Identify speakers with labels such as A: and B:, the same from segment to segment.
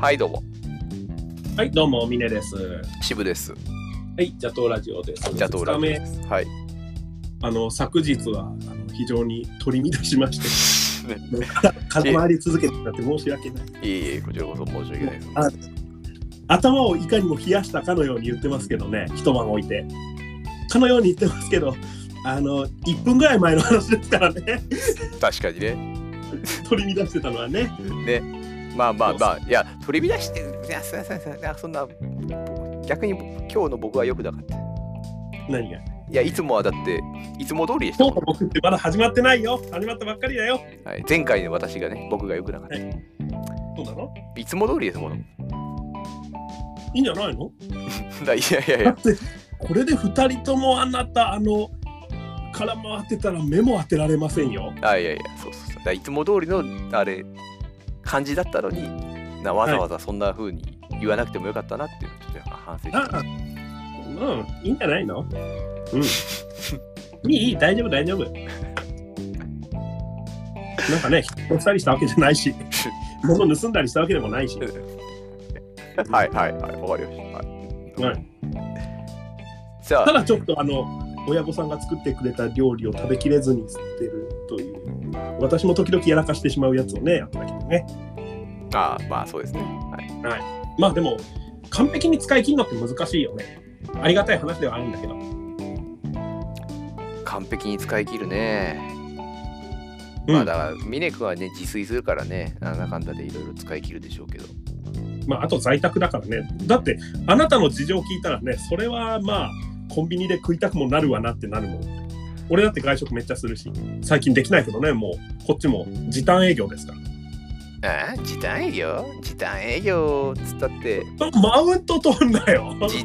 A: はい、どうも。
B: はい、どうも、ミネです。
A: 渋です。
B: はい、ジャトーラジオです。
A: ジャトーラジオ
B: 二日
A: です。はい。
B: 目あの、昨日は、あの非常に取り乱しまして、
A: ね
B: 風回り続けてたって申し訳ない。
A: いえいえ、こちらこそ申し訳ないです。
B: あ頭をいかにも冷やしたかのように言ってますけどね、一晩置いて。かのように言ってますけど、あの、1分ぐらい前の話ですからね、
A: 確かにね。
B: 取り乱してたのはね。
A: ね。まあまあまあ、いや、取り乱して、いや、すいません、すいません、そんな、逆に今日の僕は良くなかった。い
B: 何が
A: や、いつもはだって、いつも通りでした
B: 今
A: も
B: 日の僕ってまだ始まってないよ。始まったばっかりだよ。
A: ん。はい、前回の私がね、僕が良くなかった。
B: そうなの
A: いつも通りですもの。
B: いいんじゃないの
A: だいやいやい
B: だ
A: や、
B: ってこれで2人ともあなたあのから回ってたら目も当てられませんよ。
A: あいやいや、そうそうそう。だからいつも通りの、あれ、感じだったのに、なわざわざそんな風に言わなくてもよかったなっていうのをちょっと反省し
B: あ
A: て
B: あうんいいんじゃないのうん。いいいい大丈夫大丈夫。なんかね引っ越したりしたわけじゃないし物盗んだりしたわけでもないし。
A: はいはいはい、わかりました。
B: は
A: はい
B: い、
A: じゃ
B: た
A: あ、
B: だちょっとあの親御さんが作ってくれた料理を食べきれずに捨てるという私も時々やらかしてしまうやつをねやったけどね。
A: あーまあそうですね。はい、
B: まあでも完璧に使い切るのって難しいよね。ありがたい話ではあるんだけど。
A: 完璧に使い切るね。
B: うん
A: まあだから、ミネ君はね、自炊するからね、なんだかんだでいろいろ使い切るでしょうけど。
B: まあ、あと在宅だからね。だって、あなたの事情聞いたらね、それはまあ、コンビニで食いたくもなるわなってなるもん。俺だって外食めっちゃするし、最近できないけどね、もう、こっちも時短営業ですから。
A: ああ、時短営業時短営業っつったって、
B: マウント取んなよ。
A: じ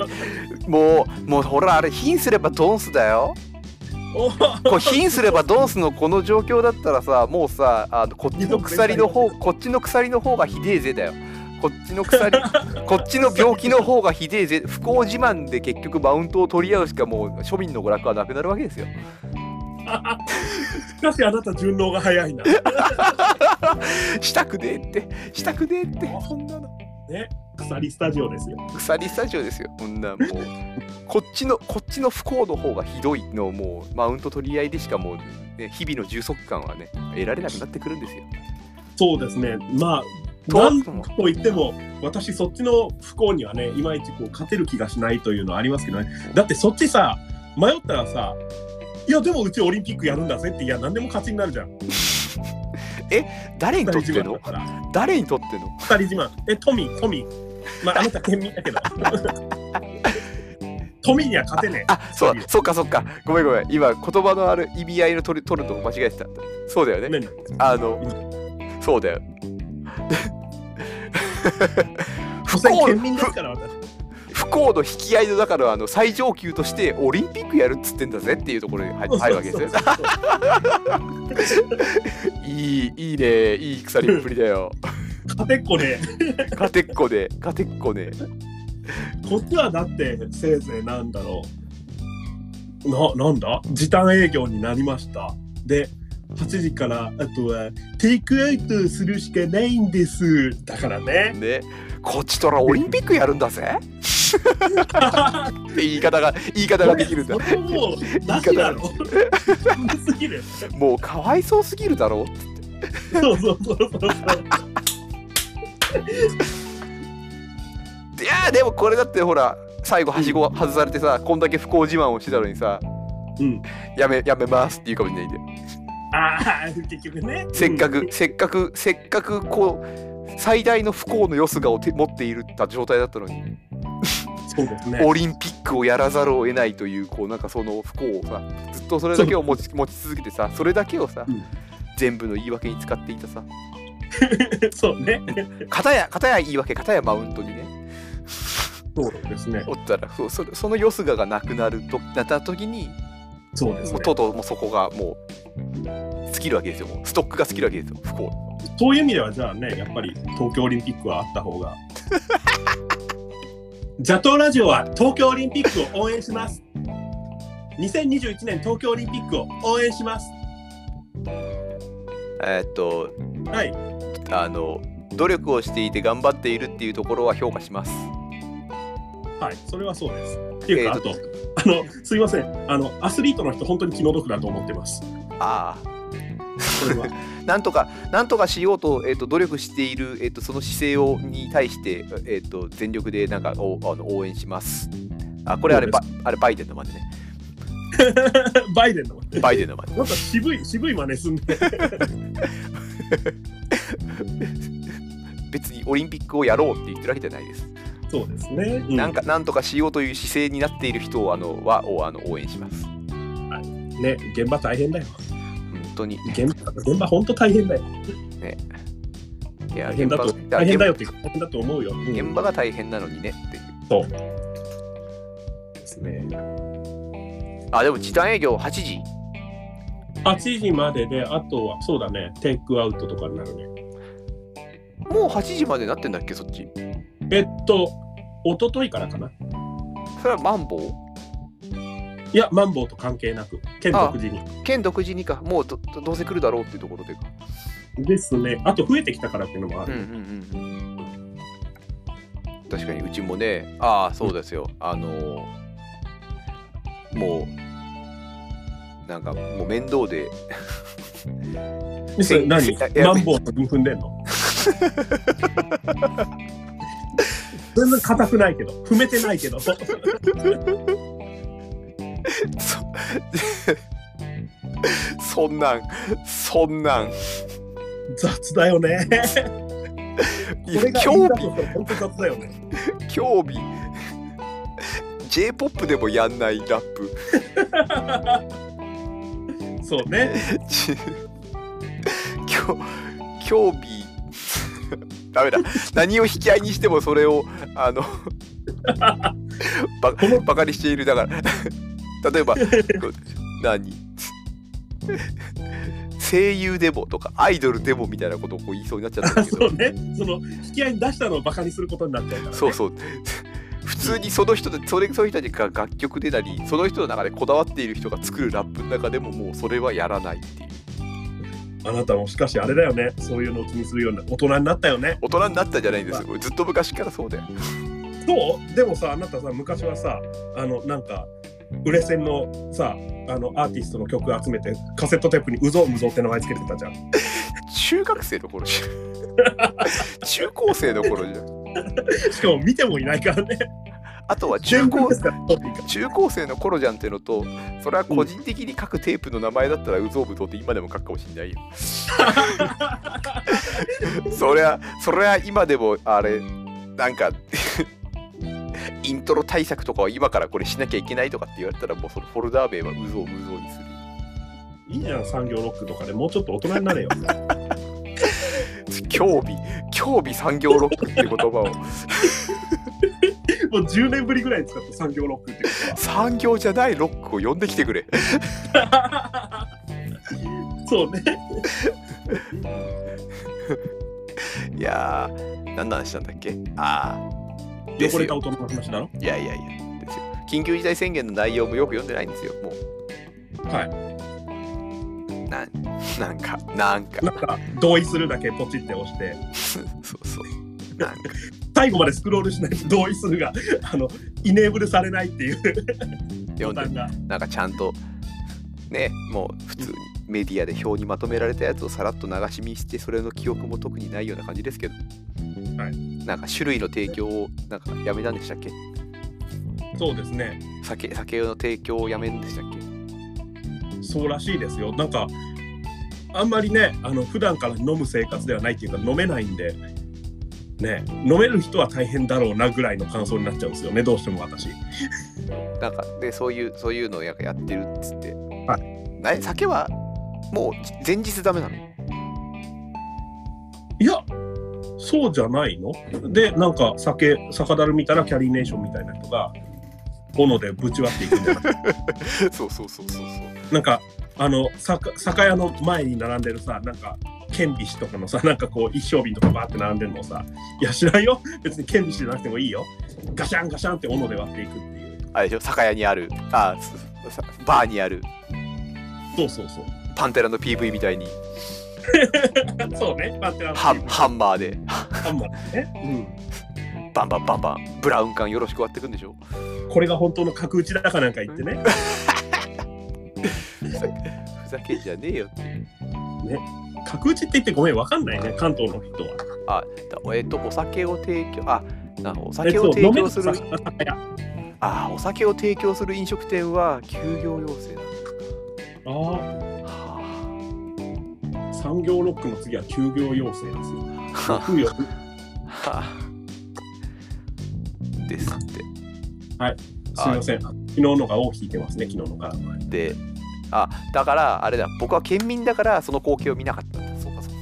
A: もう、もうほら、あれ、ヒンすればドンスだよ。
B: お
A: こうヒンすればドンスのこの状況だったらさもうさあのこっちの鎖の方こっちの鎖の方がひでえぜだよこっちの鎖こっちの病気の方がひでえぜ不幸自慢で結局マウントを取り合うしかもう庶民の娯楽はなくなるわけですよ
B: しかしあなた順応が早い な。
A: したくねえってしたくねえってそんなの
B: 鎖スタジオですよ。
A: 鎖スタジオですよこんなもうこっちのこっちの不幸の方がひどいのもうマウント取り合いでしかもう、ね、日々の充足感はね得られなくなってくるんですよ
B: そうですね。まあ、
A: と
B: なんと言っても、私、そっちの不幸にはね、いまいちこう勝てる気がしないというのはありますけどね。だって、そっちさ、迷ったらさ、いや、でもうちオリンピックやるんだぜって、いや、何でも勝ちになるじゃん。
A: 誰に
B: 二
A: と
B: 人
A: って
B: 自慢だ
A: の
B: から。
A: 誰にとっての
B: 二人自慢。え、トミー、トミー。まあ、あなた県民 だけど。トミーには勝てねえ。
A: あそう
B: そういう
A: そっかそっかごめんごめん今言葉のある意味合いの取る取るのを間違えてたそうだよね
B: ね
A: あのそうだよ不
B: 所詮
A: 幸
B: 県民
A: の
B: です
A: 不
B: から、私。
A: 不幸の引き合いのだからあの最上級としてオリンピックやるっつってんだぜっていうところに入入るわけですよ
B: そうそうそうそう
A: いいいいねいい鎖っぷりだよ
B: 勝てっこねえ。
A: 勝てっこね勝てっこね
B: こっちはだって、せいぜいなんだろう。な、なんだ時短営業になりました。で、8時から、あとは、テイクアウトするしかないんです。だからね。
A: ねこっちとらオリンピックやるんだぜって言い方が言い方ができるんだ
B: それはもう、なしだろ。すぎる。
A: もうかわいそうすぎるだろ
B: そうそうそうそうそう。
A: いやーでもこれだってほら最後はしご外されてさ、こんだけ不幸自慢をしてたのにさ
B: うん。
A: やめやめますって言うかもしれないんだよ、
B: ああ、結局ね。
A: せっか
B: うん
A: くせっかくせっかくこう最大の不幸のよすがを手持っているた状態だったのに、
B: そうですね。
A: オリンピックをやらざるを得ないというこうなんかその不幸をさずっとそれだけを持ち持ち続けてさそれだけをさ、
B: うん
A: 全部の言い訳に使っていたさ
B: そうね。
A: 片や片や言い訳片やマウントにね
B: そうですね。
A: おったらそうそれそのよすががなくなるとなった時に
B: そうです
A: も
B: ね
A: う。とうとうもうそこがもう尽きるわけですよ。もうストックが尽きるわけですよ。不幸。
B: そういう意味ではじゃあねやっぱり東京オリンピックはあった方が ジャトーラジオは東京オリンピックを応援します2021年東京オリンピックを応援します
A: えーっと
B: はい
A: あの努力をしていて頑張っているっていうところは評価します。
B: はい、それはそうです。ってい
A: え
B: うか、あ
A: ーと
B: と、あの、すいません、あの、アスリートの人、本当に気の毒だと思ってます。
A: あ
B: これは。
A: あ、なんとかなんとかしようと,、えー、と努力している、えー、とその姿勢をに対して、えー、と全力でなんかおあの応援します。あこれあれ
B: そ
A: ばあれバイデンの真似ね。
B: バイデンの。な
A: バイデンの真似。
B: んか渋い、渋い真似すんで。
A: 別にオリンピックをやろうって言ってるわけじゃないです。
B: そうですね。う
A: なんかなんとかしようという姿勢になっている人をあのはをあの応援します。
B: ね、現場大変だよ。
A: 本当に。
B: 現場、現場本当大変だよ。
A: いや
B: 大変だと、
A: 現場
B: 大変だよっていうか、大変だと思うよ。うん
A: 現場が大変なのにねっていう。
B: ですね。
A: あ、でも時短営業8時。
B: 8時までで、あとは、そうだね、テイクアウトとかになるね。
A: もう8時までなってんだっけ、そっち。
B: えっと、一昨日からかな。
A: それはマンボウ
B: いや、マンボウと関係なく、県独自に。
A: 県独自にか、もうどどどうせ来るだろうっていうところでか。
B: ですね。あと、増えてきたからっていうのもあ
A: うん
B: る。
A: うんうんうん。確かにうちもね、ああ、そうですよ。あのーもう、なんかもう面倒で、
B: それ
A: せ
B: 何
A: いや
B: マンボウと踏んでんの全然硬くないけど、踏めてないけど。
A: そそんなん、そんなん。
B: 雑だよね。
A: い
B: こ
A: や
B: れがいい
A: 興
B: ん
A: 味
B: だとしたら本当雑だよね。
A: 興味 J-POP でもやんないラップ
B: そうね。
A: 興興味 ダメだ何を引き合いにしてもそれをあのバ
B: この
A: バカにしているだから 例えばこう何声優でもとかアイドルでもみたいなことをこう言いそうになっちゃったんだけ
B: そ
A: ど
B: うね。その引き合いに出したのをバカにすることになっちゃうから、ね。
A: そうそう。普通にその人でそれそういう人たちが楽曲でなりその人の中でこだわっている人が作るラップの中でももうそれはやらないっていう
B: あなたもしかしあれだよね。そういうのを気にするような大人になったよね。
A: 大人になったじゃないんですよずっと昔からそうだよ
B: そうでもさ、あなたさ、昔はさ、あの、なんか、売れ線のさ、あの、アーティストの曲集めて、カセットテープにうぞうむぞうって名前つけてたじゃん。
A: 中学生の頃じゃん中高生の頃じゃん
B: しかも見てもいないからね。
A: あとは中
B: 全国
A: 高
B: ですから、コピーが
A: 中高生の頃じゃんってのとそれは個人的に各テープの名前だったらうぞうぶとうって今でも書くかもしんないよそりゃそりゃ今でもあれなんか イントロ対策とかは今からこれしなきゃいけないとかって言われたらもうそのフォルダー名はうぞうむぞうにする
B: いいじゃん、産業ロックとかでもうちょっと大人になれよ。
A: 興味興味産業ロックって言葉を
B: もう10年ぶりぐらいに使った産業ロックっていうか
A: 産業じゃないロックを呼んできてくれ
B: そうね。
A: いやー何の話なんだっけああ
B: 汚れた大人の話だろ。
A: いやいやいやですよ緊急事態宣言の内容もよく読んでないんですよもう
B: はい。
A: なんなんかなんか
B: なんか、同意するだけポチって押して、
A: そうそうなんか
B: 最後までスクロールしないと同意するが、あの、イネーブルされないっていう
A: 読
B: ボ
A: ん
B: タ
A: で
B: ンが。
A: なんかちゃんとねもう普通にメディアで表にまとめられたやつをさらっと流し見してそれの記憶も特にないような感じですけど
B: は
A: なんか種類の提供をなんかやめたんでしたっけ
B: そうですね。
A: 酒酒の提供をやめるんでしたっけ
B: そうらしいですよ。なんか、あんまりね、あの、普段から飲む生活ではないっていうか、飲めないんで、ね、飲める人は大変だろうなぐらいの感想になっちゃうんですよね、どうしても私。
A: なんかでそういうそういうのをなんかやってるっつって、
B: は
A: な酒はもう前日ダメなの
B: いや、そうじゃないので、なんか酒、酒樽見たらキャリーネーションみたいな人が、斧でぶち割っていくんじゃない
A: そうそうそうそうそう
B: なんか、あの酒酒屋の前に並んでるさ、なんか、剣美士とかのさ、なんかこう、一升瓶とかバーって並んでるのをさ、いや、知らんよ。別に剣美士じゃなくてもいいよ。ガシャンガシャンって斧で割っていくっていう。
A: あれでしょ酒屋にあるあすさバーにある
B: そうそうそう。
A: パンテラの PV みたいに
B: そうね、パンテラの
A: ハ
B: PV
A: ンハンマーでは
B: かもね、
A: バンバンバンバンブラウン管よろしく割ってくんでしょ
B: うん、これが本当の角打ちだかなんか言ってね、
A: ふざけんじゃねえよって
B: 角打ちって言ってごめんわかんないね関東の人は
A: あだえっとお酒を提供あなお
B: え
A: 酒
B: そ
A: を
B: う
A: 提
B: 飲め
A: 供
B: る
A: す
B: 酒
A: る
B: 屋あ
A: あお酒を提供する飲食店は休業要請だ
B: あ
A: は
B: 産業ロックの次は休業要請です よ
A: あ
B: 食うよ
A: はあ ですって
B: すみません。昨日のが尾を引いてますね、昨日のが。
A: であだからあれだ僕は県民だからその光景を見なかったんだそうかそうか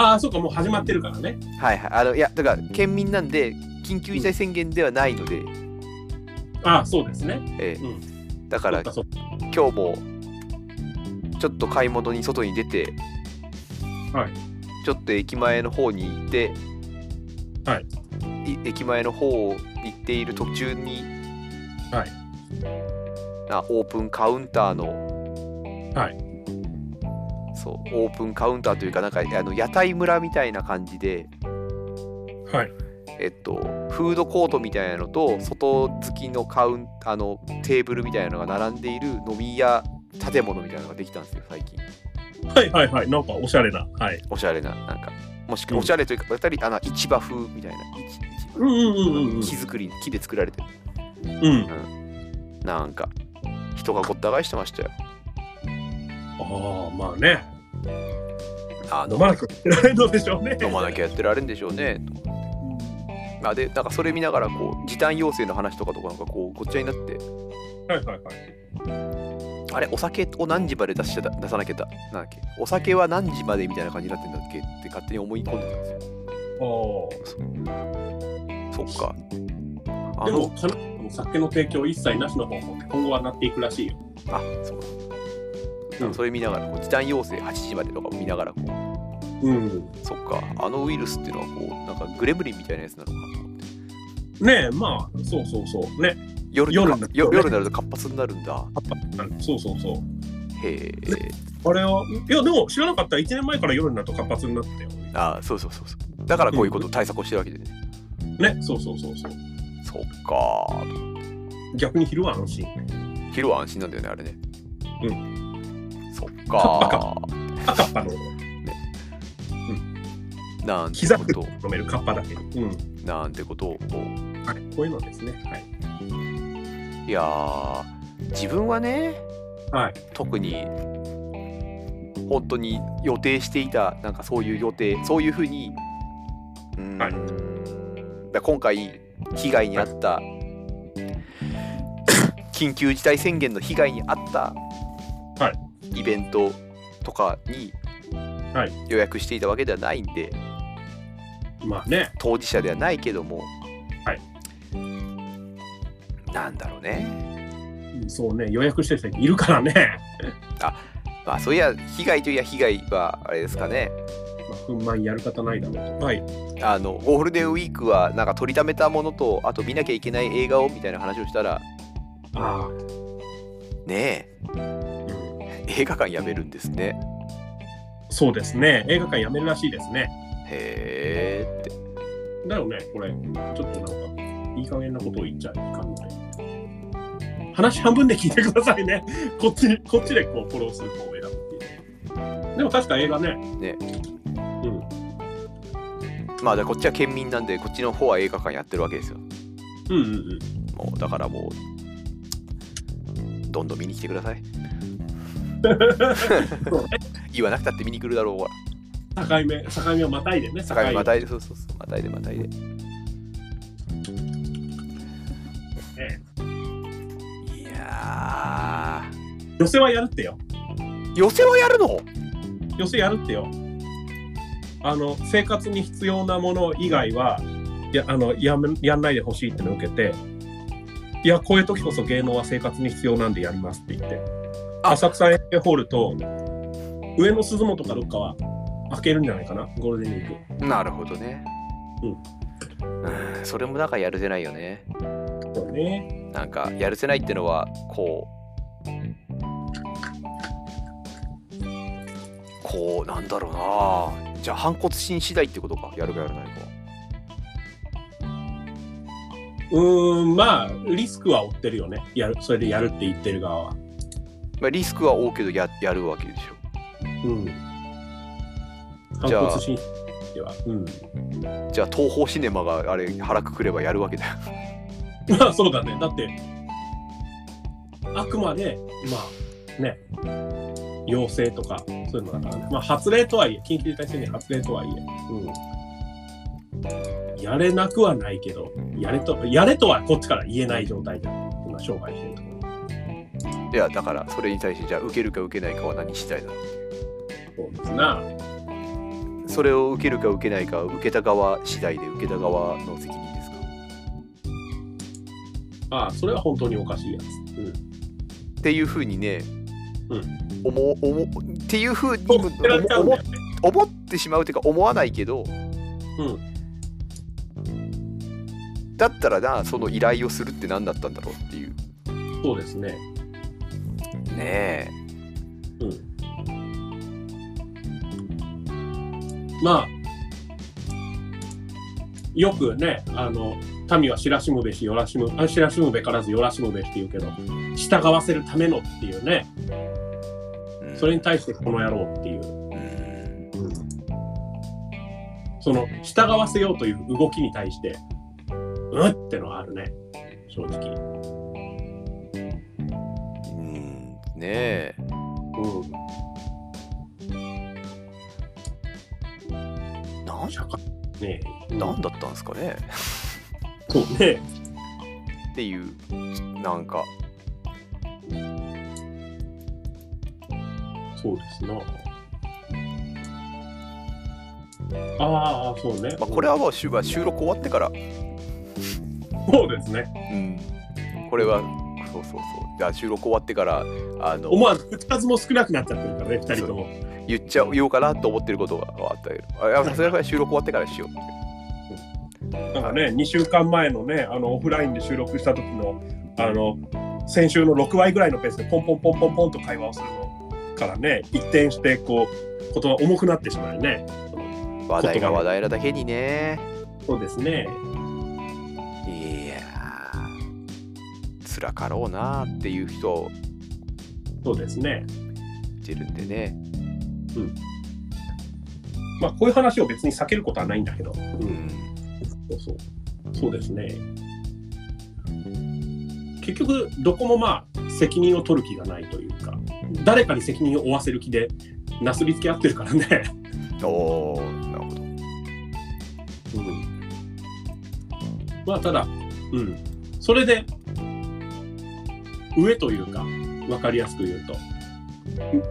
B: ああ、そうか、もう始まってるからね。
A: はいはいあのいやだから県民なんで緊急事態宣言ではないので、
B: ああ、そうですね。
A: ええ
B: う
A: だから
B: そうか
A: 今日もちょっと買い物に外に出て、
B: はい
A: ちょっと駅前の方に行って、
B: はい
A: 駅前の方に行っている途中に、
B: はい
A: なオープンカウンターの、
B: はい
A: そうオープンカウンターというかなんかあの屋台村みたいな感じで、
B: そうかはい。
A: えっと、フードコートみたいなのと外付きのカウンあのテーブルみたいなのが並んでいる飲み屋建物みたいなのができたんですよ最近。
B: はいはいはい。なんかおしゃれな。はい。
A: おしゃれななんかもしく
B: うん
A: おしゃれというか、やっぱりあの市場風みたいな市市場
B: うんうんうんうん。
A: 木作り木で作られてる
B: うん。
A: なんか人がごった返してましたよ
B: ああ、まあね。
A: あ
B: 飲まなくてられるのでしょうね。
A: 飲まなきゃやってられるんでしょうね
B: うん
A: あでなんかそれ見ながらこう時短要請の話とかとかなんかこうごっちゃになって
B: はいはいはい。
A: あれお酒を何時まで出しちゃだ出さなきゃだなんだっけお酒は何時までみたいな感じになってんだっけって勝手に思い込んでたんですよ
B: あ
A: そっか
B: あ。
A: あ
B: でも、
A: の
B: かな酒の提供一切なしの方法って今後はなっていくらしいよ。
A: あそうか
B: うん
A: それ見ながらこう時短要請8時までとか見ながらこう
B: うん。
A: そっか、あのウイルスっていうのはこう、なんかグレムリンみたいなやつなのかなと思って。
B: ねえ、まあ、そうそうそう。ね。
A: 夜にな
B: 夜になる
A: よ夜になると活発になるんだ。
B: うんそうそうそう。
A: へえ。
B: あれは、いや、でも知らなかった。1年前から夜になると活発になってたよ。
A: あそうそうそうそう。だからこういうことを対策をしてるわけでね。
B: ね。そうそうそうそう。
A: そっか。
B: 逆に昼は安心。
A: 昼は安心なんだよね、あれね。。
B: うん
A: そっ
B: バ
A: か
B: カ。あカッパの
A: なんて
B: 膝
A: こ
B: く
A: とを、
B: 飲めるカッパだけに。うん。
A: なんてことを。
B: はい、こういうのですね。はい。
A: いやー、自分はね、
B: はい。
A: 特に本当に予定していたなんかそういう予定そういうふうにうーん、
B: はい
A: だ今回被害に遭った、緊急事態宣言の被害に遭った、
B: は
A: イベントとかに
B: はい
A: 予約していたわけではないんで
B: まあね。
A: 当事者ではないけども、
B: はい
A: なんだろうね
B: そうね。予約してる人いるからね。
A: まあそういや被害といや被害はあれですかね
B: まあ、不満やる方ないだろうと。はい。
A: あのゴールデンウィークはなんか取りためたものとあと見なきゃいけない映画をみたいな話をしたら
B: ああ。
A: ね
B: うん
A: え映画館やめるんですね
B: そうですね。映画館やめるらしいですね。
A: へえって
B: だよね、これ。ちょっとなんか、いい加減なことを言っちゃいかんので。話半分で聞いてくださいね。 こっち、こっちでこう、フォローする方を選ぶっていう。でも確か映画ね。
A: ね
B: うん。
A: まあだからこっちは県民なんでこっちの方は映画館やってるわけですよ
B: うんうんうん。
A: もうだからもうどんどん見に来てください言わなくたって見に来るだろうが
B: 境目、境目をまたいでね。
A: 境目またいでそうそうそうまたいでまたいで
B: ね
A: いや
B: 寄せはやるってよ。
A: ー寄せはやるの
B: 寄せやるってよあの生活に必要なもの以外はやあのやめやんないでほしいってのを受けていやこういう時こそ芸能は生活に必要なんでやりますって言って
A: あ
B: 浅草園芸ホールと上野鈴本かどっかは開けるんじゃないかなゴールデンウィー
A: なるほどね。うん。それもなんかやるせないよね。
B: クそうね
A: なんかやるせないってのはこう。こうなんだろうなじゃあ反骨心次第ってことかやるかやらないかは
B: うーんまあリスクは負ってるよねやるそれでやるって言ってる側は
A: まあ、リスクは多いけどややるわけでし
B: うん反
A: じゃあ
B: 骨心理はうん
A: ょじゃあ東宝シネマがあれ腹くくればやるわけだよ
B: まあ そうだねだってあくまでまあね要請とかそういうのだからねまあ発令とはいえ緊急事態宣言発令とはいえ、うん、やれなくはないけどやれとやれとはこっちから言えない状態だ今障害してるとこ
A: いやだからそれに対してじゃあ受けるか受けないかは何次第だ
B: そうですな
A: それを受けるか受けないかは受けた側次第で受けた側の責任ですか
B: ああそれは本当におかしいやつ、うん、
A: っていうふうにね、
B: うん
A: 思う思うっていうふうに
B: そう
A: 思
B: 捨てられちゃうんだよね
A: 思ってしまうというか思わないけど、
B: う
A: だったらなその依頼をするって何だったんだろうっていう
B: そうですね
A: ねえ
B: まあよくねあの民は知らしむべしよらしむあ知らしむべからずよらしむべしって言うけど従わせるためのっていうね
A: うん
B: それに対してこの野郎っていう
A: うん
B: その従わせようという動きに対してうんってのはあるね正直
A: うんねえ
B: う
A: なん
B: ん社会ねえ
A: なんだったんですかね
B: そうね
A: っていうなんか
B: そうですなああそうね、
A: まあ、これはもう収まあ収録終わってから、
B: そうですね
A: うん、これはそうそうそうじゃあ収録終わってからあの
B: 思わず口数も少なくなっちゃってるからね、二人とも。
A: 言っちゃおうかなと思ってることがあったけどあいやそれは収録終わってからしようっていう
B: なんかね、2週間前のね、あのオフラインで収録した時の、あの、先週の6倍ぐらいのペースでポンポンポンポンポンと会話をするのからね、一転して、こう、ことが重くなってしまうね。
A: 話題 が話題なだけにね
B: そうですね。
A: いやー辛かろうなっていう人
B: そうですね。
A: いるんでね、
B: まあ、こういう話を別に避けることはないんだけど。う。
A: うんん、
B: そうそう。そうですね。結局、どこもまあ、責任を取る気がないというか、誰かに責任を負わせる気で、なすりつけ合ってるからね。
A: おーなるほど
B: うん、まあただ、うん、それで上というか分かりやすく言うと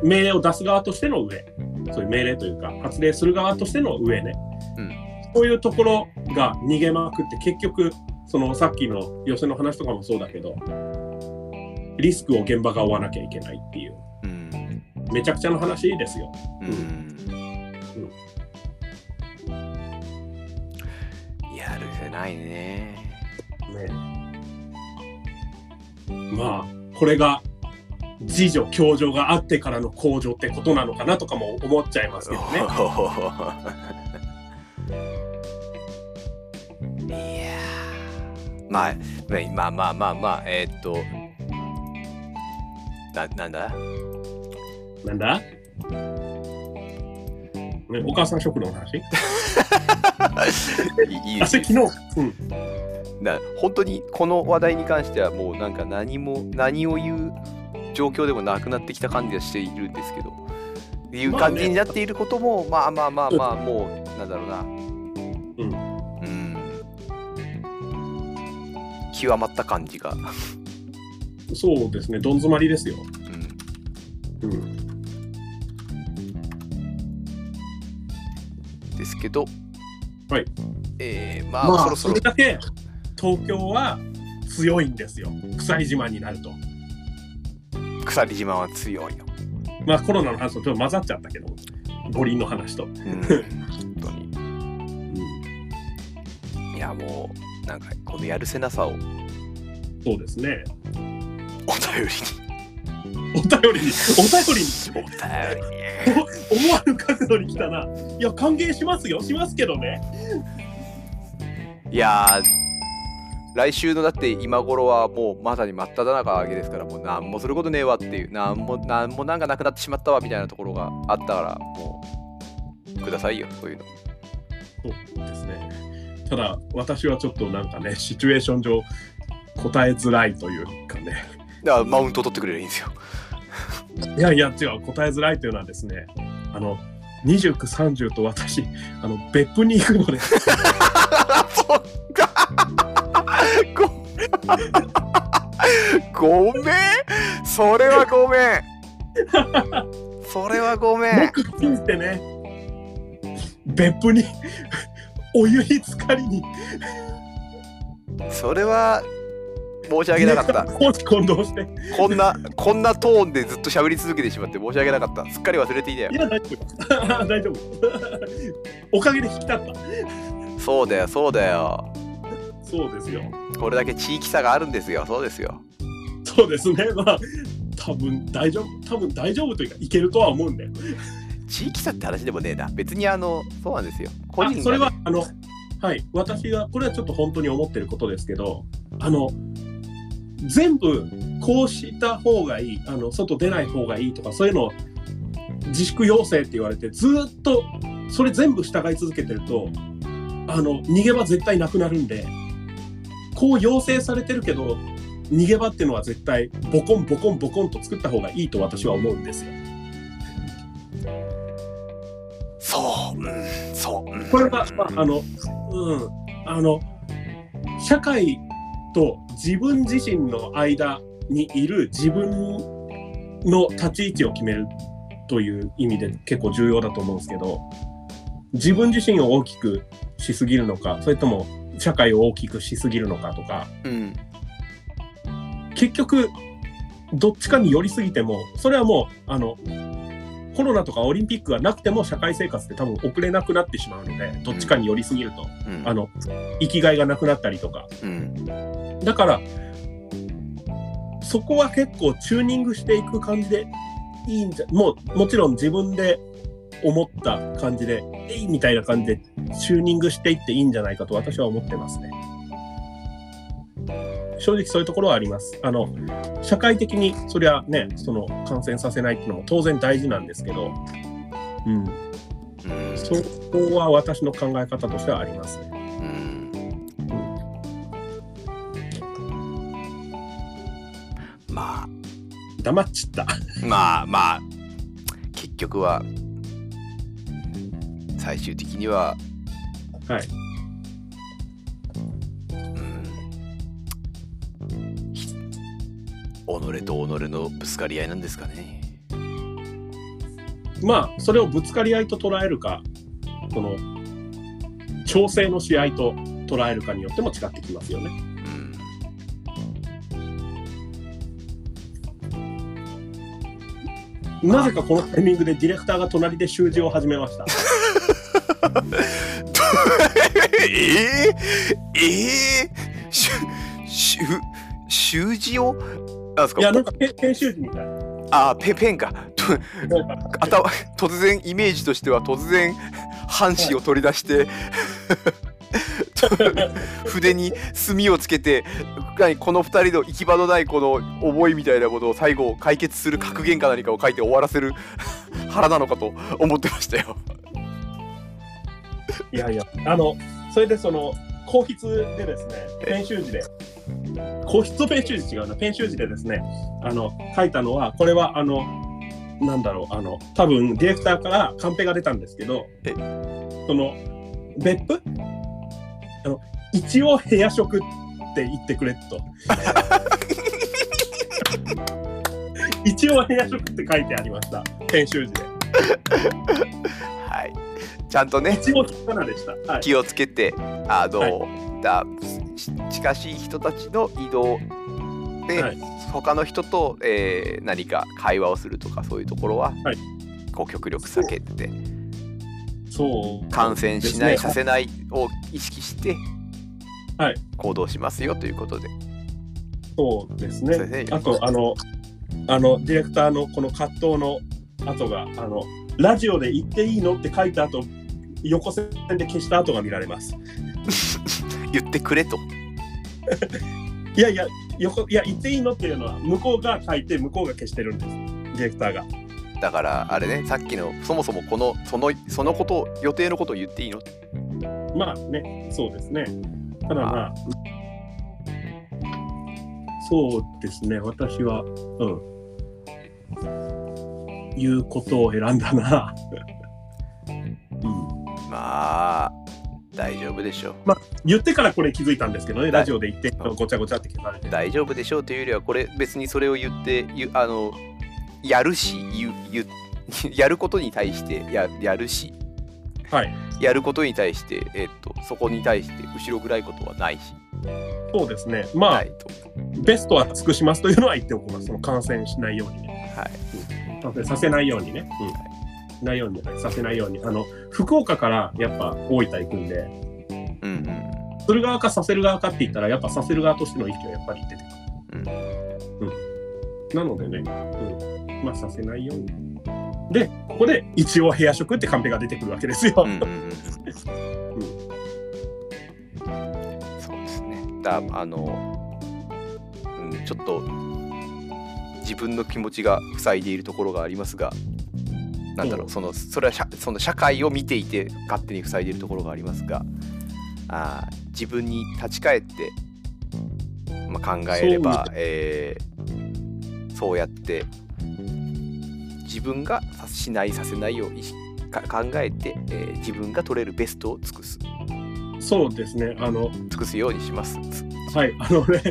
B: 命令を出す側としての上そういう命令というか発令する側としての上ね、
A: うん
B: そういうところが逃げまくって結局そのさっきの寄せの話とかもそうだけどリスクを現場が負わなきゃいけないっていう
A: うん
B: めちゃくちゃの話ですよ。
A: うんやるせないね
B: ね、まあこれが自助共助があってからの向上ってことなのかなとかも思っちゃいますけどね。
A: いやーまあねまあまあまあまあえーっとななんだ
B: なんだ、ね、お母さん食堂の
A: い
B: 話
A: いいで
B: あそ
A: す
B: れ昨日、うん、
A: な本当にこの話題に関してはもうなんか何も何を言う状況でもなくなってきた感じがしているんですけどっていう感じになっていることもまあまあまあまあもうなんだろうなうん極まった感じが、う
B: そうですねどん詰まりですよ。
A: ん、
B: うん、
A: ですけど
B: はい
A: えー、まあ、
B: ま
A: そ
B: あ
A: ろそ
B: そ
A: ろ
B: れだけ東京は強いんですよ鎖島になると。
A: 鎖島は強いよ、
B: まあコロナの話とちょっと混ざっちゃったけど五輪の話と。
A: うん、本当にいやもうなんかこ のやるせなさをお便
B: そうですね。
A: りに
B: お便りに、お便りに、思わぬ角度に来たな。いや、歓迎しますよ、しますけどね。
A: いやー来週のだって今頃はもうまさに真っ只中わけですからもう何もすることねえわっていう何も何もなんかなくなってしまったわみたいなところがあったからもうくださいよそういうの
B: そうですね。ただ、私はちょっとなんかね、シチュエーション上、答えづらいというかね。
A: だからマウント取ってくれりゃいいんですよ
B: いやいや、違う、答えづらいというのはですね、あの、29、30と私、あの、別府に行くので、
A: そっかごごめんそれはごめんそれはごめん
B: 僕信じてね、別府にお湯に浸かりに
A: それは申し訳なかった
B: コーチ混同して。い
A: こんなこんなトーンでずっと喋り続けてしまって申し訳なかったすっかり忘れていたよ
B: や、大丈夫。 大丈夫。おかげで引き立った。
A: そうだよそうだよ
B: そうですよ。
A: これだけ地域差があるんですよそうですよ
B: そうですね。 まあ、多分大丈夫。多分大丈夫というか、いけるとは思うんだよ。
A: 地域差って話でもねえな別にあのそうなんですよ個
B: あ
A: 人がね
B: それはあのはい私がこれはちょっと本当に思ってることですけどあの全部こうした方がいいあの外出ない方がいいとかそういうのを自粛要請って言われてずーっとそれ全部従い続けてるとあの逃げ場絶対なくなるんでこう要請されてるけど逃げ場っていうのは絶対ボコンボコンボコンと作った方がいいと私は思うんですよ。
A: そう、うん、そう、うん
B: これは、まあ、あの、うん、あの、社会と自分自身の間にいる自分の立ち位置を決めるという意味で結構重要だと思うんですけど、自分自身を大きくしすぎるのか、それとも社会を大きくしすぎるのかとか、
A: うん
B: 結局どっちかに寄りすぎてもそれはもうあのコロナとかオリンピックがなくても社会生活って多分遅れなくなってしまうのでどっちかに寄りすぎると、
A: うん
B: あの生きがいがなくなったりとか
A: うん
B: だからそこは結構チューニングしていく感じでいいんじゃもうもちろん自分で思った感じで「えい!」みたいな感じでチューニングしていっていいんじゃないかと私は思ってますね。正直そういうところはあります。あの社会的にそりゃねその感染させないっていうのも当然大事なんですけど、うん、
A: うん
B: そこは私の考え方としてはありますね。
A: うんまあ
B: 黙っちった。
A: まあまあ結局は最終的には
B: はい
A: うんひ己と己のぶつかり合いなんですかね
B: まあそれをぶつかり合いと捉えるかこの調整の試合と捉えるかによっても違ってきますよ
A: う
B: ね。
A: ん
B: なぜかこのタイミングでディレクターが隣で習字を始めました。
A: ええええしゅしゅ習字をなんですか
B: いやなんかペペン習字みたいな。
A: あペペンかと
B: なんか
A: 頭突然イメージとしては突然半紙を取り出 して、筆に墨をつけて何この二人の行き場のないこの思いみたいなことを最後解決する格言か何かを書いて終わらせる腹なのかと思ってましたよ。
B: いやいやあのそれでその皇筆でですねペン習字で皇筆とペン習字違うなペン習字でですねあの書いたのはこれはあのなんだろうあの多分ディレクターからカンペが出たんですけど
A: え
B: その別府あの一応部屋食って言ってくれと一応部屋食って書いてありました編集時で
A: はい、ちゃんとね
B: 一応ひらがなでした、はい、
A: 気をつけてあの、
B: は
A: だし近しい人たちの移動で、
B: はい
A: 他の人と、えー何か会話をするとかそういうところは、
B: はい
A: こう極力避けて
B: そう
A: 感染しない、
B: ですね
A: させないを意識して、
B: はい
A: 行動しますよということで
B: そうです
A: そうですね
B: ね。あと、あの、あのディレクターのこの葛藤の後があのラジオで言っていいのって書いた後横線で消した後が見られます
A: 言ってくれと
B: いやいや横いや言っていいのっていうのは向こうが書いて向こうが消してるんですディレクターが
A: だからあれねさっきのそもそもこのそのそのこと予定のことを言っていいの
B: まあねそうですねただまあそうですね私はうんいうことを選んだな うん
A: まあ大丈夫でしょう
B: 言ってからこれ気づいたんですけどね、
A: い
B: ラジオで言ってごちゃごちゃって消されて。
A: 大丈夫でしょうというよりはこれ別にそれを言ってゆあのやるしゆゆ やることに対してややるし
B: はい、
A: やることに対して、えっとそこに対して後ろ暗いことはないし
B: そうですね。まあ、
A: ないと
B: ベストは尽くしますというのは言っておきます。その感染しないようにね。
A: はい
B: 感染させないようにね。うん。ないように、させないように。あの、福岡からやっぱ大分行くんで、
A: うん
B: する側かさせる側かって言ったら、やっぱさせる側としての意識はやっぱり出て
A: うんうん
B: くる。なのでね、うん。まあ、させないように。で、ここで一応部屋食ってカンペが出てくるわけですよ。
A: うんうんうんそうですねだあの、うん、ちょっと自分の気持ちが塞いでいるところがありますがなんだろうそのそれは社その社会を見ていて勝手に塞いでいるところがありますがあー自分に立ち返って、まあ、考えれば
B: そうみたい
A: えーそうやって自分がさしないさせないようにか考えて、えー自分が取れるベストを尽くす
B: そうですね。あの、
A: 尽くすようにします。
B: はい、あのね、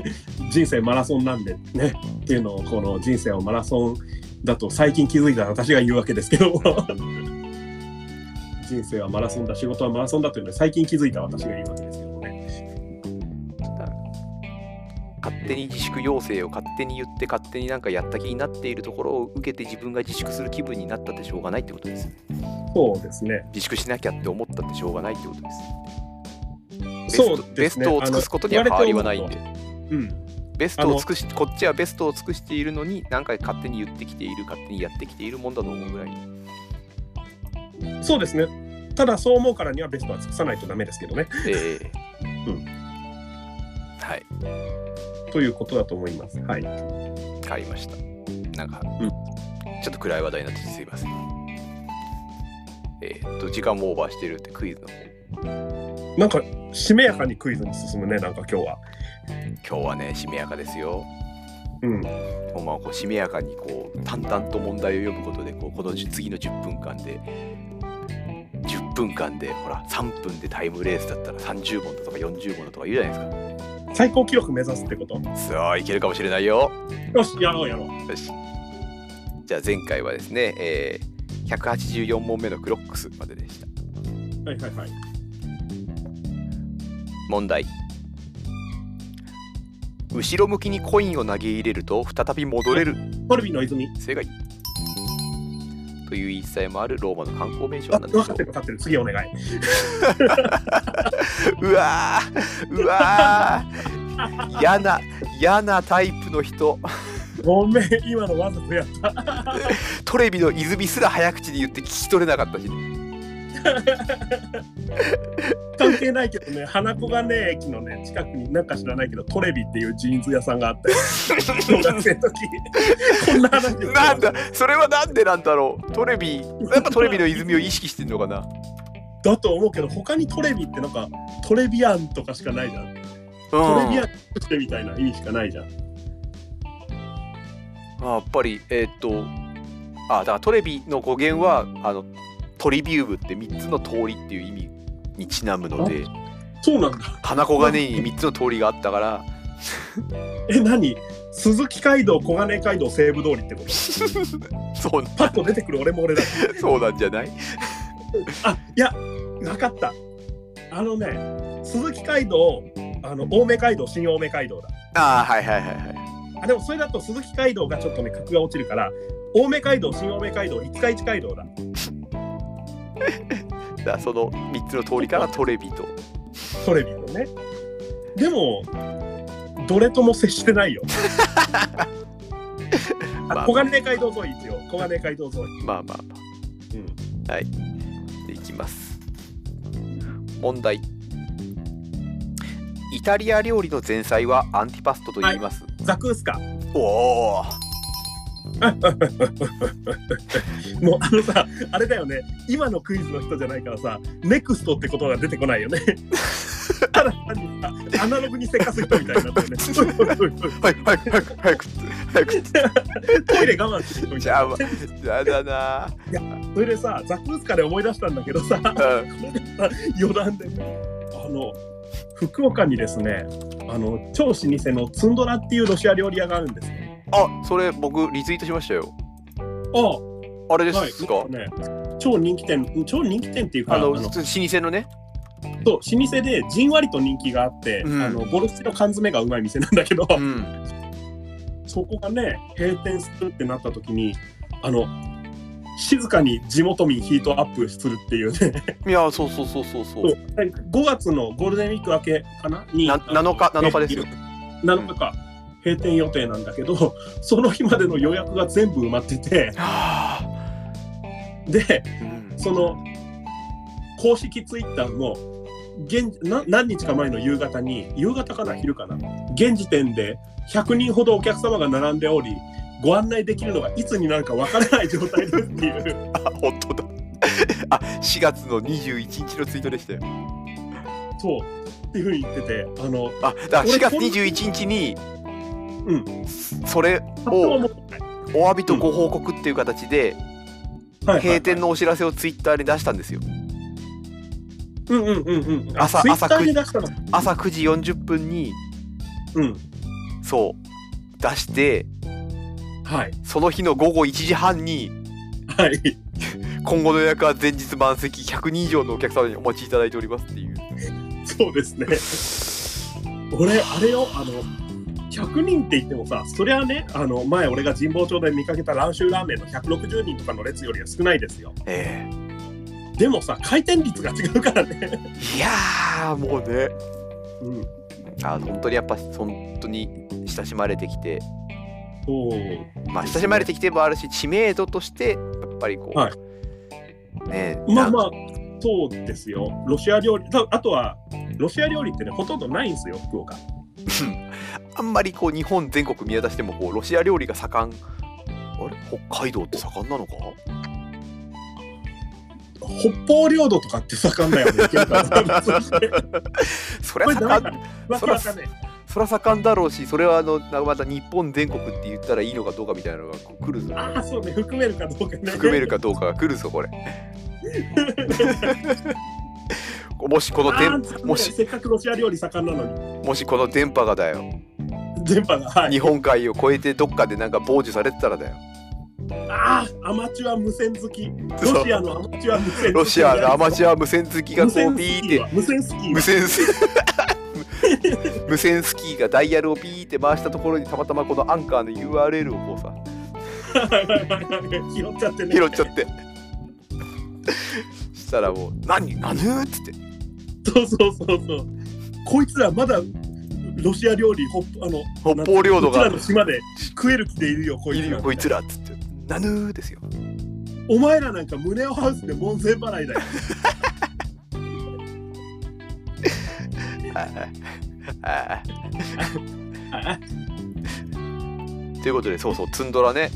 B: 人生マラソンなんでね、っていうのを、この人生をマラソンだと最近気づいた私が言うわけですけど、人生はマラソンだ、仕事はマラソンだというので、最近気づいた私が言うわけですけどね。
A: 勝手に自粛要請を勝手に言って勝手になんかやった気になっているところを受けて自分が自粛する気分になったってしょうがないってことです
B: そうですね。
A: 自粛しなきゃって思ったってしょうがないってことです
B: そう
A: ベ
B: で
A: スト
B: す
A: ベス
B: ね。
A: トを尽くすことには
B: あの
A: 変わりはないんで。
B: うん。
A: ベストを尽くしこっちはベストを尽くしているのに何回勝手に言ってきている勝手にやってきているもんだと思うぐらい
B: そうですね。ただそう思うからにはベストは尽くさないとダメですけどね。
A: ええ
B: うん
A: はい
B: ということだと思います。はい。
A: 変わりましたなんか、
B: うん
A: ちょっと暗い話題になっててすいませんえーっと時間もオーバーしてるってクイズの方
B: なんか、しめやかにクイズに進むね、なんか今日は。
A: 今日はねしめやかですよ
B: うん。
A: ほんまはこうしめやかにこう淡々と問題を読むことでこうこの次の10分間で10分間でほら3分でタイムレースだったら30問だとか40問だとか言うじゃないで
B: 最高記録目指すってこと
A: すかさあいけるかもしれないよ
B: よし、やろうやろう。
A: よしじゃあ前回はですね、えー184問目のクロックスまででした
B: はいはいはい。
A: 問題後ろ向きにコインを投げ入れると再び戻れる
B: トルビの泉。
A: 正解という言い伝えもあるローマの観光名所
B: あ、
A: なんです
B: 分
A: けど
B: かってる分かってる。次お願い。
A: うわーうわー嫌な嫌なタイプの人
B: ごめん、今のわざとやった。
A: トレビの泉すら早口で言って聞き取れなかったし
B: 関係ないけどね、花子がね、駅のね、近くになんか知らないけど、トレビっていうジーンズ屋さんがあったよ。小学生の時。こんな話をしてました
A: なんだそれはなんでなんだろうトレビやっぱトレビの泉を意識してんのかな
B: だと思うけど、他にトレビってなんか、トレビアンとかしかないじゃん。トレ
A: う
B: ビ
A: ん
B: アンとしてみたいな意味しかないじゃん。
A: あやっぱりえーっとあだからトレビの語源はあのトリビウムって3つの通りっていう意味にちなむので
B: そうなんだ。
A: 花子金井に3つの通りがあったから
B: え、何鈴木街道、小金井街道、西武通りってこと
A: そう
B: パッと出てくる俺も俺だ。
A: そうなんじゃない
B: あいや分かったあのね鈴木街道あの青梅街道新青梅街道だ
A: ああはいはいはいはい
B: あでもそれだと鈴木街道がちょっとね格が落ちるから青梅街道新青梅街道五日市街道だ
A: だからその3つの通りからトレビと
B: トレビのねでもどれとも接してないよ
A: ま
B: あ
A: あ
B: 小金街道沿い一応小金街道沿い、
A: まあまあま
B: うん、
A: あはいでいきます問題イタリア料理の前菜はアンティパストと言います、
B: ザクースカ
A: おお
B: もうあのさあれだよね今のクイズの人じゃないからさネクストって言葉が出てこな いよねただ単にさアナログにせかす人みたいになっ たよね
A: はいはい早く早く早く
B: トイレ我慢する人みたい
A: じゃあやだな
B: なそれでさザクースカで思い出したんだけどさ
A: うん
B: 余談であの福岡にですねあの超老舗のツンドラっていうロシア料理屋があるんですよ
A: あそれ僕リツイートしましたよ
B: あ
A: あれで
B: はい
A: すか、
B: ね、超人気店超人気店っていうか
A: あの
B: あ
A: 普
B: の
A: 通老舗のね
B: そう老舗でじんわりと人気があって、
A: うん
B: あのゴルフの缶詰がうまい店なんだけど、
A: うん
B: そこがね閉店するってなった時にあの静かに地元民ヒートアップするっていうね
A: いやそうそうそうそうそう
B: そう5月のゴールデンウィーク明けかなに
A: な
B: あの
A: 7日7日ですよ
B: 7日か、閉店予定なんだけどその日までの予約が全部埋まってて
A: は
B: で
A: あうん
B: その公式ツイッターも現な何日か前の夕方に夕方かな昼かな現時点で100人ほどお客様が並んでおりご案内できるのがいつになるかわからない状態ですっていう
A: あ本当だあ4月の21日のツイートでしたよ
B: そうっていうふうに言っててあの
A: あだから
B: 俺
A: 4月
B: こん
A: 21日に
B: うん
A: それ
B: 発表
A: を
B: も
A: お詫びとご報告っていう形で
B: はいはい
A: 閉店のお知らせをツイッターで出したんですよ
B: うんうんうんうん
A: 朝
B: ツイ
A: 朝
B: ッタ
A: 9
B: ーに出したの
A: 朝9時40分に
B: うん
A: そう出して
B: はい
A: その日の午後1時半に
B: はい
A: 今後の予約は前日満席100人以上のお客様にお待ちいただいておりますっていう
B: そうですね。俺、あれよ、あの、100人って言ってもさ、そりゃね、あの、前俺が神保町で見かけた蘭州ラーメンの160人とかの列よりは少ないですよ。
A: え
B: でもさ、回転率が違うからね。
A: えいやーもうね
B: うん。
A: あの本当にやっぱ本当に親しまれてきて
B: そう。
A: まあ親しまれてきてもあるし知名度としてやっぱりこう、
B: は
A: ね
B: まあま
A: あ
B: あ、そうですよ。ロシア料理、たあとは、ロシア料理ってね、ほとんどないんですよ、福岡。
A: あんまりこう日本全国見渡してもこうロシア料理が盛んあれ北海道って盛んなのか
B: 北方領土とかって盛んだよ ね、県外
A: そり
B: こ
A: ゃ
B: れ
A: 盛
B: ダメだ
A: ん
B: ね。わけわかんない。
A: そりゃ盛んだろうしそれはあのなんかまた日本全国って言ったらいいのかどうかみたいなのがこう来るぞ
B: ああ、そうね、含めるかどうかね。
A: 含めるかどうかが来るぞこ れもしこの
B: あ
A: 電
B: ー
A: もし
B: せっかくロシア料理盛んなのに。
A: もしこの電波がだよ
B: 電波が、はい、
A: 日本海を越えてどっかでなんか傍受されてたらだよ
B: ああアマチュア無線好き
A: そう
B: ロシアのアマチュア無線好き
A: ロシアのアマチュア無線好きが
B: 無
A: こ
B: 線
A: う
B: スキ
A: ピーっ
B: ー
A: て
B: は無線スキー
A: 無
B: は
A: 線ス無線スキー がダイヤルをピーって回したところにたまたまこのアンカーの URL をこうさ
B: 拾っちゃってね
A: 拾っちゃって したらもう「何何?」っつって
B: そうそうそうそうこいつらまだロシア料理ほっあの
A: 北方領土
B: な
A: が
B: んてうちらの島で食える気でいるよ
A: 「
B: こい
A: い
B: つ
A: る
B: ら
A: よこいつら」っつって「何ぬ」ですよ
B: お前らなんか胸をハウスで門前払いだよ
A: あ
B: あ
A: ーということでそうそうツンドラね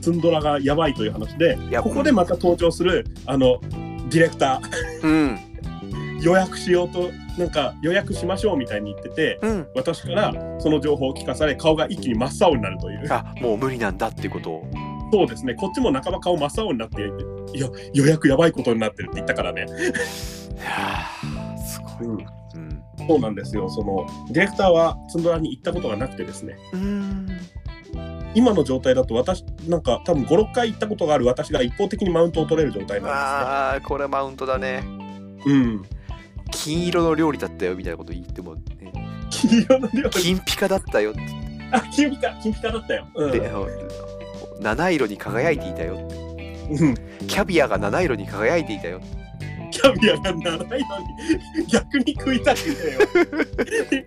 B: ツンドラがやばいという話で
A: や
B: ここでまた登場するあのディレクタ
A: うん
B: ー 予約しようとなんか予約しましょうみたいに言ってて
A: うん
B: 私からその情報を聞かされ顔が一気に真っ青になるという
A: あもう無理なんだっていうことを
B: そうですねこっちも半ば顔真っ青になっていや予約やばいことになってるって言ったからね、
A: いやーすごい、うん
B: そうなんですよそのディレクターはツンドラに行ったことがなくてですね
A: うん
B: 今の状態だと私なんか多分56回行ったことがある私が一方的にマウントを取れる状態なん
A: あーこれマウントだね
B: ですねうん
A: 金色の料理だったよみたいなこと言っても、ね、
B: 金色の料理
A: 金ピカだったよって
B: あ金ピカ金ピカだったよ、うん
A: あの七色に輝いていたよ
B: うん
A: キャビアが七色に輝いていたよ
B: キャビアが長いのに逆に食いたくてよ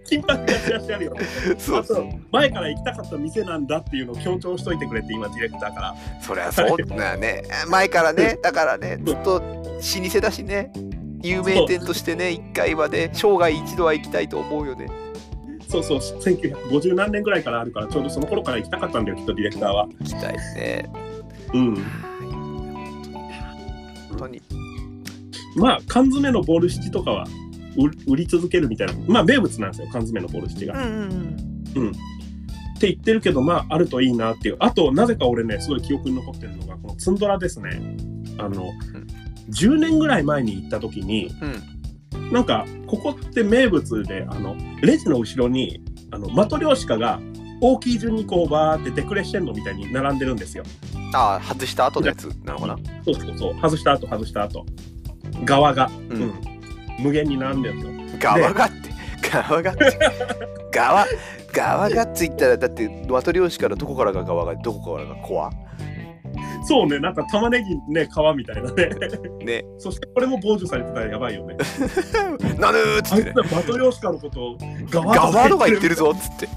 B: 金箔がしらしてあるよ
A: そう
B: あと前から行きたかった店なんだっていうのを強調しといてくれって今ディレクターから
A: そりゃそうだね前からねだからねずっと老舗だしね有名店としてね一回はね生涯一度は行きたいと思うよね
B: そうそう1950何年ぐらいからあるからちょうどその頃から行きたかったんだよきっとディレクターは
A: 行きたいね
B: うん
A: 本当に
B: まあ缶詰のボールシチとかは売売り続けるみたいなまあ名物なんですよ缶詰のボールシチが、
A: うんうん
B: って言ってるけどまああるといいなっていうあとなぜか俺ねすごい記憶に残ってるのがこのツンドラですねあの、10年ぐらい前に行った時に
A: うん
B: なんかここって名物であのレジの後ろにあのマトリョーシカが大きい順にこうバーってデクレッシェンドみたいに並んでるんですよ
A: ああ外した後のやつなのかな
B: そうそうそう外した後外した後側が、
A: う
B: うんん無限に並んでるんですよ
A: 側がって側がって側側がって言ったらだってワトリョーシからどこからが側がどこからがコア
B: そうね、なんか玉ねぎね、皮みたいなね。
A: ね
B: そしてこれも傍受されてたらやばいよね。
A: なぬーっつ
B: あ
A: っ
B: い
A: てね
B: つらバトリョーシカのことを
A: 側のが言って
B: る。
A: るぞっつって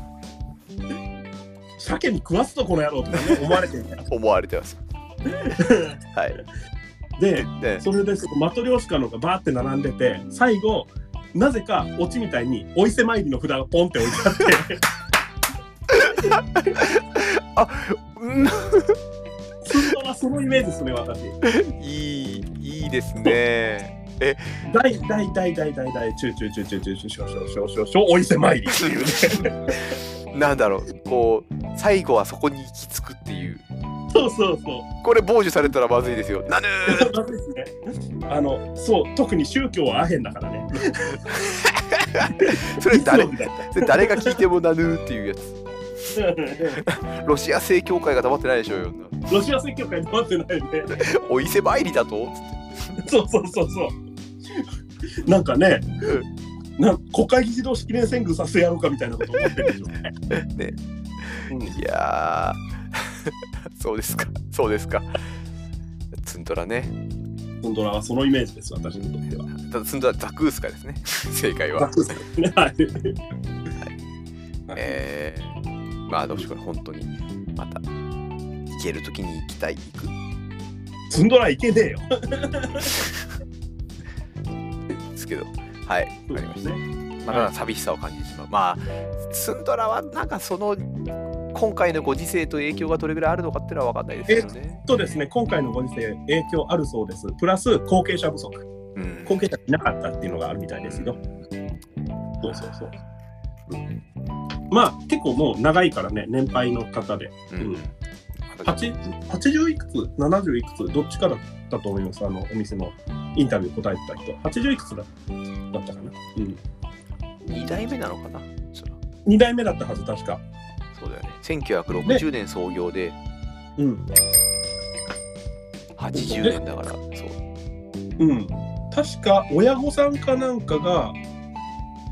B: 鮭に食わすとこの野郎とかね、思われてるから。
A: 思われてますはい
B: で、
A: で
B: それでそのマトリョーシカのがバーって並んでて、最後、なぜかオチみたいにお伊勢参りの札がポンって置いてあって、
A: うん
B: ツンドラそのイメージですね、私。
A: いいいいですね
B: 大大大大大大チューチューチューチューチューチューチューチューチューチューチューチューお伊勢参りっていうね。
A: なんだろうこう最後はそこに行き着くっていう
B: そうそうそう。
A: これ傍受されたらまずいですよなぬー
B: まずいですね。あの、そう、特に宗教はアヘンだからね。
A: それ誰
B: いつもみたいな
A: それ誰が聞いてもなぬーっていうやつロシア正教会が黙ってないでしょうよ
B: ロシア正教会に待ってないね。
A: お伊勢参りだと
B: そうそうそうそう。なんかね、なんか国会議事堂式連戦軍させやろうかみたいなこと思ってるでしょ。
A: ね
B: うん
A: いやー そうですかそうですかツンドラね
B: ツンドラはそのイメージです、私にとっては。
A: ただツンドラザクースカですね 正解は
B: ね はい
A: えー、まあどうしようかな本当にまた行けるときに行きたい行く
B: ツンドラいけねえよ。
A: ですけどはいわかりました
B: ね。
A: まだ寂しさを感じてしまうまあツンドラはなんかその今回のご時世と影響がどれぐらいあるのかっていうのは分かんないですけどね
B: とですね、今回のご時世、影響あるそうです。プラス、後継者不足。
A: うん
B: 後継者がいなかったっていうのがあるみたいですよ。そうそうそう。まあ結構もう長いからね、年配の方で。
A: うん
B: 8 80いくつ ?70 いくつどっちかだったと思います。あの、お店のインタビュー答えてた人。80いくつだだったかな。うん。
A: 2代目なのかなそら
B: 2代目だったはず、確か。
A: そうだよね1960年創業で
B: うん。
A: 80年だからそう
B: うん。確か、親御さんかなんかが、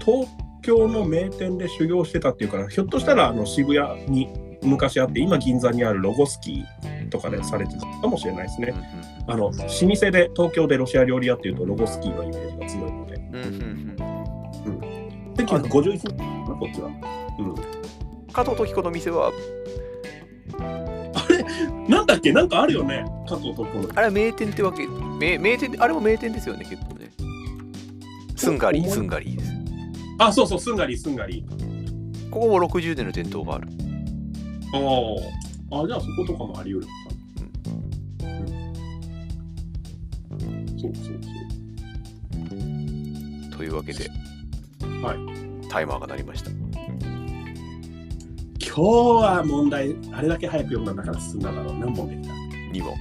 B: 東京の名店で修行してたっていうから、ひょっとしたらあの渋谷に昔あって、今銀座にあるロゴスキーとかでされてたかもしれないですね。あの老舗で東京でロシア料理屋っていうとロゴスキーのイメージが強いので
A: うんうんうんうん
B: 1951年かなこっちは、う
A: 加藤時子の店は
B: ん、なんだっけなんかあるよね加藤ところ
A: あれは名店ってわけ名名店あれも名店ですよね結構ねスンガリースンガリーです
B: あそうそうすんがりすんがり
A: ここも60年の伝統がある
B: あああじゃあそことかもあり得るのかな、うんそうそうそ
A: というわけで
B: は
A: タイマーが鳴りました
B: う今日は問題あれだけ早く読んだんだから進んだだろう何問でき
A: 2問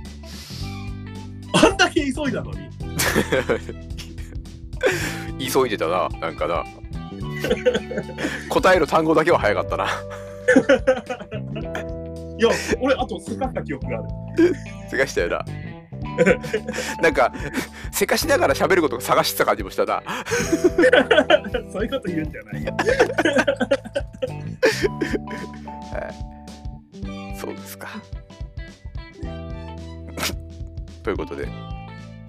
B: たあんだけ急いだのに
A: 急いでたな、なんかな。答える単語だけは早かったな。
B: いや俺あとすかった記憶がある
A: せかしたよな。 なんか、せかしながら喋ることを探してた感じもしたな。
B: そういうこと言うんじゃない
A: そうですか。ということで、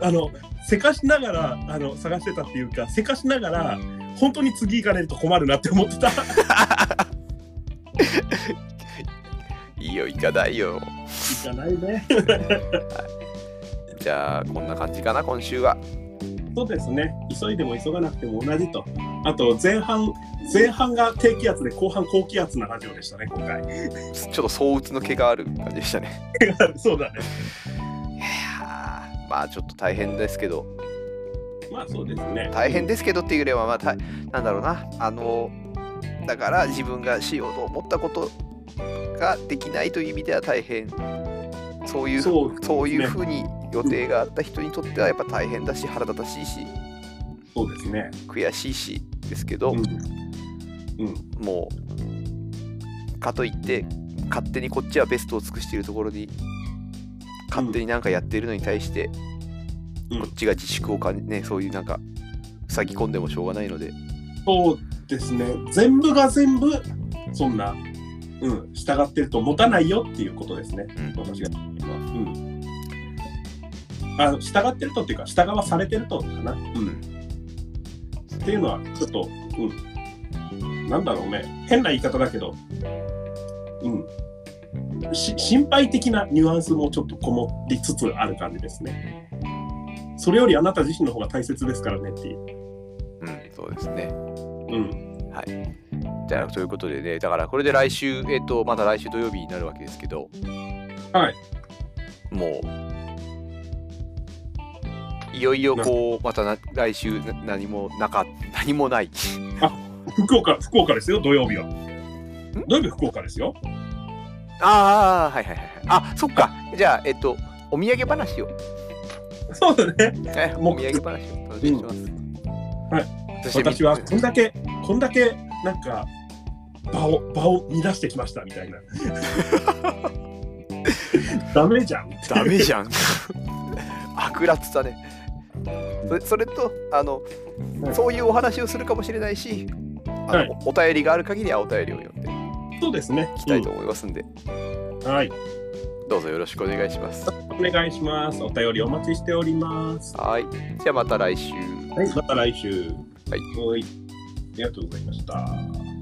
B: あのせかしながらあの探してたっていうかせかしながら本当に次行かれると困るなって思ってた行
A: いいよ行かないよ
B: かないね
A: じゃあこんな感じかな今週は
B: そうですね急いでも急がなくても同じとあと前半前半が低気圧で後半高気圧なラジオでしたね今回
A: ちょっと相打つの毛がある感じでしたね
B: そうだね
A: いやーまあちょっと大変ですけど
B: まあそうですね
A: 大変ですけどっていうよりはまあたなんだろうなあのだから自分がしようと思ったことができないという意味では大変そういう
B: そう
A: そういう
B: ね
A: ふうに予定があった人にとってはやっぱ大変だし腹立たしいし
B: そうですね
A: 悔しいしですけど、
B: うん、うん、
A: もうかといって勝手にこっちはベストを尽くしているところに勝手になんかやってるのに対して、
B: うん
A: こっちが自粛をかねそういうなんか塞ぎ込んでもしょうがないので
B: そうですね全部が全部そんなうん従ってると持たないよっていうことですね
A: うん
B: 私が言ってますうんあの従ってるとっていうか従わされてるとかな、うん、っていうのはちょっと、うん、なんだろうね変な言い方だけど、うん、し心配的なニュアンスもちょっとこもりつつある感じですねそれよりあなた自身の方が大切ですからねっていう、
A: うん、そうですね。
B: うん、
A: じゃあということでね、だからこれで来週、えっ、と、また来週土曜日になるわけですけど、
B: はい。
A: もう、いよいよこう、またな来週な何もなか、何もない。
B: 福岡福岡ですよ土曜日は土曜日福岡ですよ
A: ああ、はいはいはいはい。あそっか。じゃあ、えっ、と、お土産話を、
B: そうだね
A: え
B: も
A: お
B: う
A: 土産話を楽しみにします。はい。そして
B: 私は
A: み
B: こんだけこんだけなんか場を場を乱してきましたみたい なダメじゃん
A: ダメじゃん。 悪辣だね。それそれとあの、
B: はい
A: そういうお話をするかもしれないし、あの
B: はい
A: おお便りがある限りはお便りを読んでい
B: そうですね
A: きたいと思いますんで、
B: うんはい
A: どうぞよろしくお願いします。
B: お願いしますお便りお待ちしております
A: はい。じゃあまた来週。
B: はいまた来週
A: はい
B: はいありがとうございました